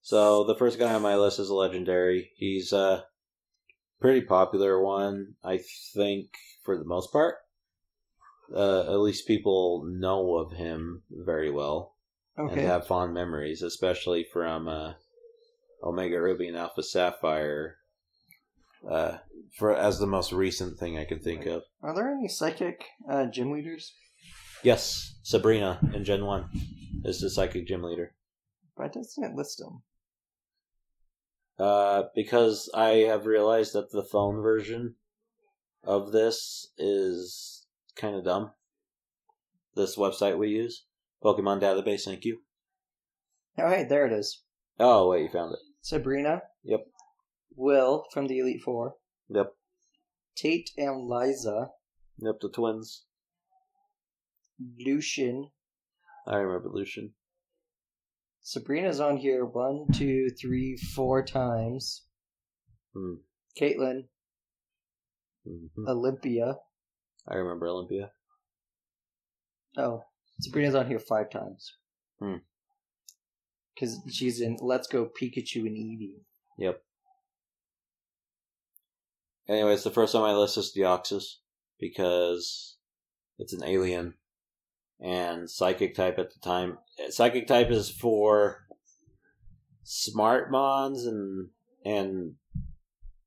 So the first guy on my list is a legendary. He's a pretty popular one, I think, for the most part. Uh, at least people know of him very well. Okay, and have fond memories, especially from uh, Omega Ruby and Alpha Sapphire. Uh, for as the most recent thing I could think of. are there any psychic uh, gym leaders? Yes, Sabrina in Gen One is the psychic gym leader. Why doesn't it list them? Uh, because I have realized that the phone version of this is kind of dumb. This website we use, Pokemon Database. Thank you. Oh, hey, there it is. Oh wait, you found it. Sabrina. Yep. Will from the Elite Four. Yep, Tate and Liza. yep, the twins. Lucian. I remember Lucian. Sabrina's on here one, two, three, four times. Hmm. Caitlin, hmm Olympia. I remember Olympia. Oh, Sabrina's on here five times. Hmm. Because she's in Let's Go Pikachu and Eevee. Yep. Anyways, the first on my list is Deoxys because it's an alien and psychic type at the time. Psychic type is for smart mons and and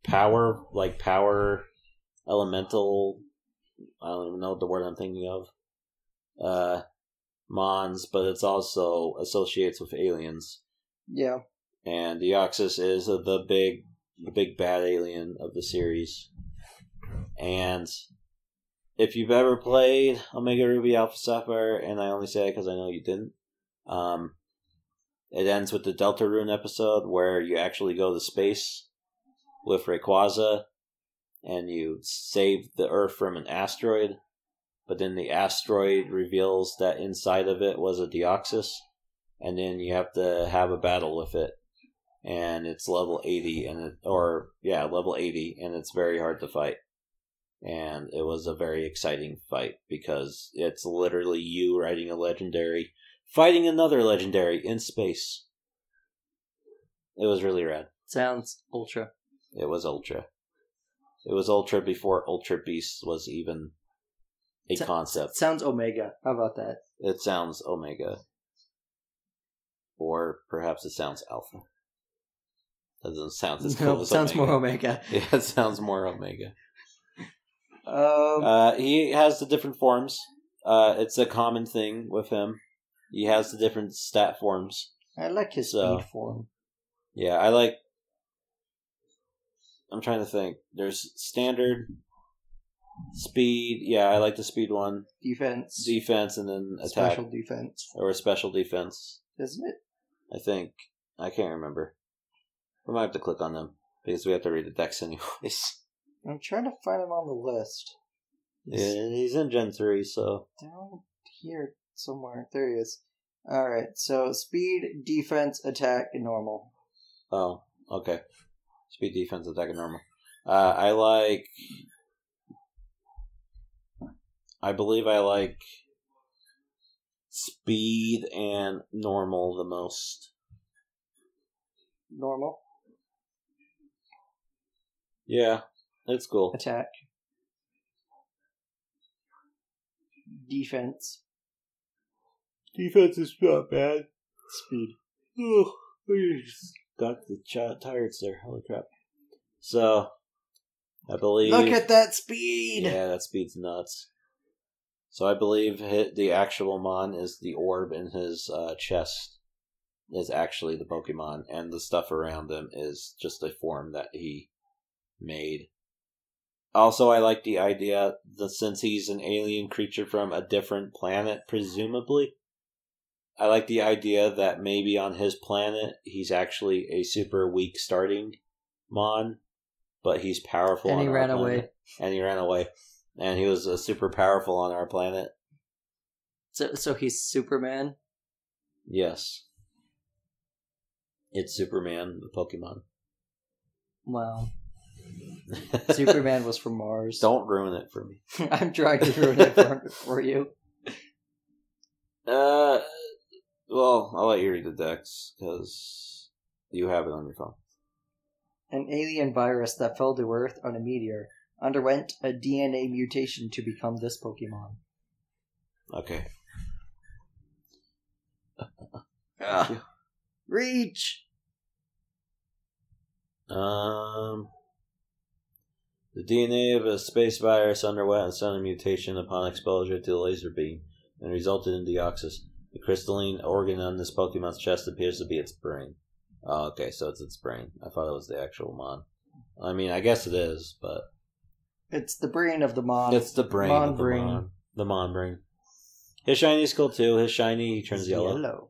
power like power elemental. I don't even know what the word I'm thinking of. Uh, mons, but it's also associates with aliens. Yeah. and Deoxys is the big, the big bad alien of the series. And if you've ever played Omega Ruby Alpha Sapphire, and I only say that because I know you didn't, um, it ends with the Delta Rune episode where you actually go to space with Rayquaza, and you save the Earth from an asteroid. But then the asteroid reveals that inside of it was a Deoxys, and then you have to have a battle with it and it's level 80 and it, or yeah level 80 and it's very hard to fight and it was a very exciting fight because it's literally you riding a legendary fighting another legendary in space it was really rad Sounds ultra. it was ultra it was ultra before ultra beast was even a Sa- concept Sounds Omega. How about that? it sounds omega or perhaps it sounds alpha doesn't sound as cool No, as sounds omega. more Omega. Yeah, it sounds more Omega. Um, Uh, he has the different forms. Uh, it's a common thing with him. He has the different stat forms. I like his so- speed form. Yeah, I like. I'm trying to think. There's standard, speed. Yeah, I like the speed one. Defense. Defense and then attack special defense. or a special defense. Isn't it? I think I can't remember. We might have to click on them because we have to read the decks anyways. I'm trying to find him on the list. Yeah, he's in Gen three, so down here somewhere. There he is. All right. So speed, defense, attack, and normal. oh okay. Speed, defense, attack, and normal. Uh, I like. I believe I like speed and normal the most. Normal, Yeah, that's cool. attack, defense. Defense is not bad. Speed. Oh, I just got the ch- tires there. Holy crap. So, I believe. Look at that speed. Yeah, that speed's nuts. So I believe hit the actual mon is the orb in his uh, chest is actually the Pokemon, and the stuff around them is just a form that he made. Also, I like the idea that since he's an alien creature from a different planet, presumably, I like the idea that maybe on his planet he's actually a super weak starting mon, but he's powerful. And he on our ran planet away. and he ran away. And he was uh, super powerful on our planet. So, so he's Superman. Yes. It's Superman, the Pokemon. Wow. Superman was from Mars. Don't ruin it for me. I'm trying to ruin it for, for you. Uh, well, I'll let you read the decks because you have it on your phone. An alien virus that fell to Earth on a meteor underwent a DNA mutation to become this Pokemon. Okay. Ah. Reach. Um, the DNA of a space virus underwent a sudden mutation upon exposure to the laser beam and resulted in deoxys. The crystalline organ on this Pokemon's chest appears to be its brain. Oh, okay, so it's its brain. I thought it was the actual Mon. I mean, I guess it is, but It's the brain of the mon. it's the brain. Mon of the brain. Mon. The Mon brain. His shiny's cool too. His shiny he turns yellow.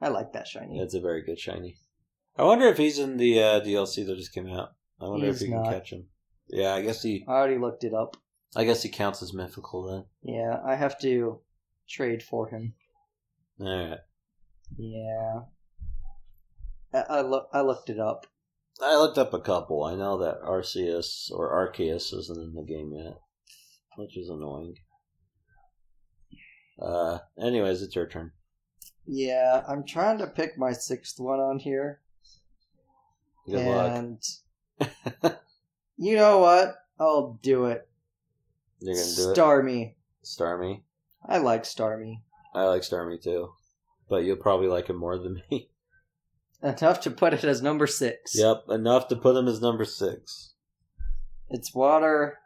I like that shiny. That's a very good shiny. I wonder if he's in the uh, DLC that just came out. I wonder He's if you not. can catch him. Yeah, I guess he. I already looked it up. I guess he counts as mythical Yeah, I have to trade for him. then. All right. Yeah. I, I, look, I looked it up. I looked up a couple. I know that Arceus or Arceus isn't in the game yet, which is annoying. Uh, anyways, it's your turn. Yeah, I'm trying to pick my sixth one on here. Good luck. and you know what? I'll do it. You're gonna do it. Starmie. Starmie. I like Starmie. I like Starmie too, but you'll probably like him more than me. Enough to put it as number six. yep, enough to put him as number six. It's water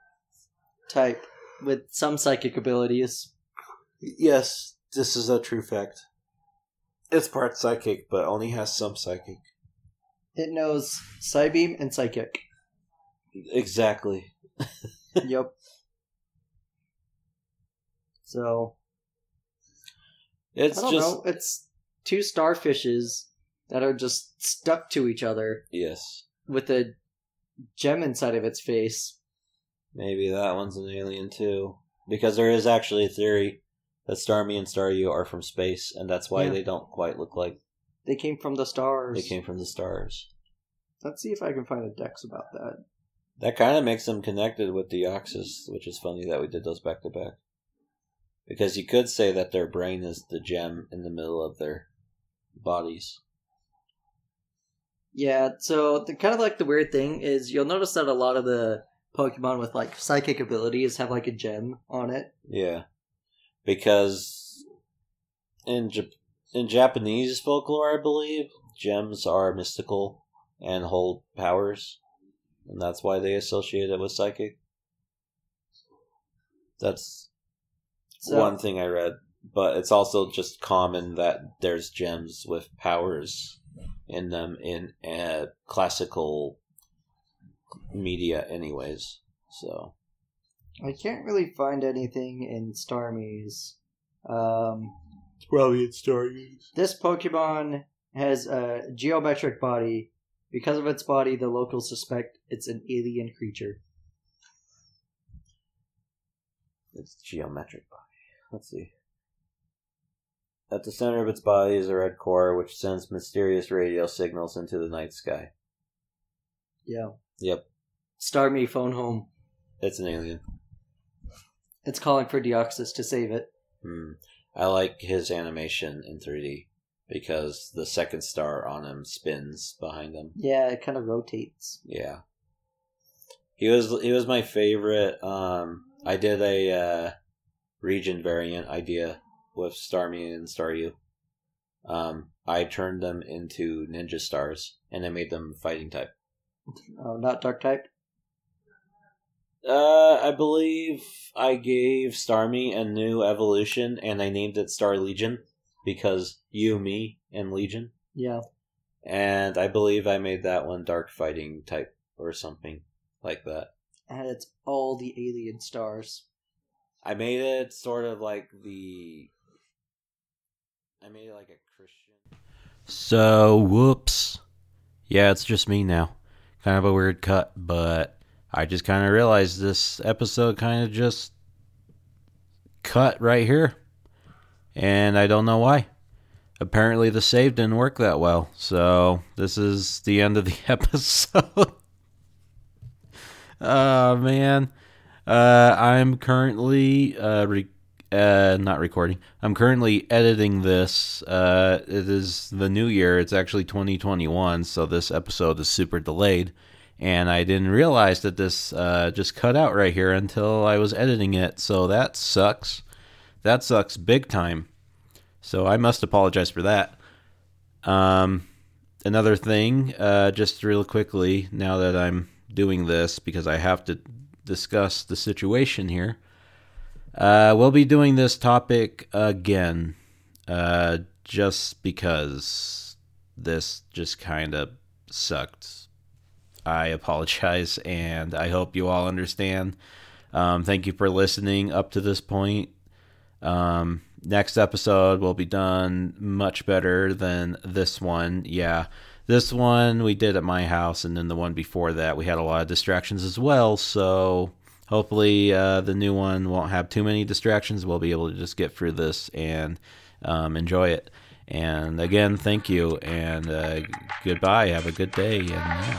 type with some psychic abilities. Yes, this is a true fact. It's part psychic, but only has some psychic. It knows Psybeam and Psychic. Exactly. yep. So It's I don't just know. It's two starfishes that are just stuck to each other yes. with a gem inside of its face. Maybe that one's an alien too, because there is actually a theory that Starmie and Staryu are from space, and that's why Yeah. they don't quite look like They came from the stars. they came from the stars. Let's see if I can find a dex about that. That kind of makes them connected with Deoxys, which is funny that we did those back to back. Because you could say that their brain is the gem in the middle of their bodies. Yeah. So the kind of like the weird thing is you'll notice that a lot of the Pokemon with like psychic abilities have like a gem on it. Yeah, because in Jap- in Japanese folklore, I believe gems are mystical and hold powers, and that's why they associate it with psychic. That's So, one thing I read, but it's also just common that there's gems with powers in them in uh, classical media, anyways. So I can't really find anything in Starmie's. Um, probably it's Star Wars. This Pokemon has a geometric body. Because of its body, the locals suspect it's an alien creature. It's geometric body. Let's see. At the center of its body is a red core, which sends mysterious radio signals into the night sky. Yeah. Yep, Starmie phone home. it's an alien. It's calling for Deoxys to save it. Mm. I like his animation in 3D because the second star on him spins behind him. Yeah, it kind of rotates. Yeah. He was he was my favorite. Um, I did a uh, region variant idea with Starmie and Staryu. Um, I turned them into ninja stars and I made them fighting type. Oh, not dark type? Uh, I believe I gave Starmie a new evolution and I named it Star Legion because you, me, and Legion. Yeah. And I believe I made that one dark fighting type or something like that. And it's all the alien stars. I made it sort of like the. I made it like a Christian. So, whoops. Yeah, it's just me now. Kind of a weird cut, but I just kind of realized this episode kind of just cut right here. And I don't know why. Apparently, the save didn't work that well. So, this is the end of the episode. oh, man. Uh, I'm currently uh, re- uh, not recording. I'm currently editing this. Uh, it is the new year. It's actually 2021, so this episode is super delayed. And I didn't realize that this uh, just cut out right here until I was editing it. So that sucks. That sucks big time. So I must apologize for that. Um, another thing, uh, just real quickly, now that I'm doing this, because I have to discuss the situation here. Uh, we'll be doing this topic again, uh, just because this just kind of sucked. I apologize, and I hope you all understand. Um, thank you for listening up to this point. Um, next episode will be done much better than this one. Yeah. This one we did at my house, and then the one before that we had a lot of distractions as well. So hopefully uh, the new one won't have too many distractions. We'll be able to just get through this and um, enjoy it. And again, thank you, and uh, goodbye. Have a good day, and yeah.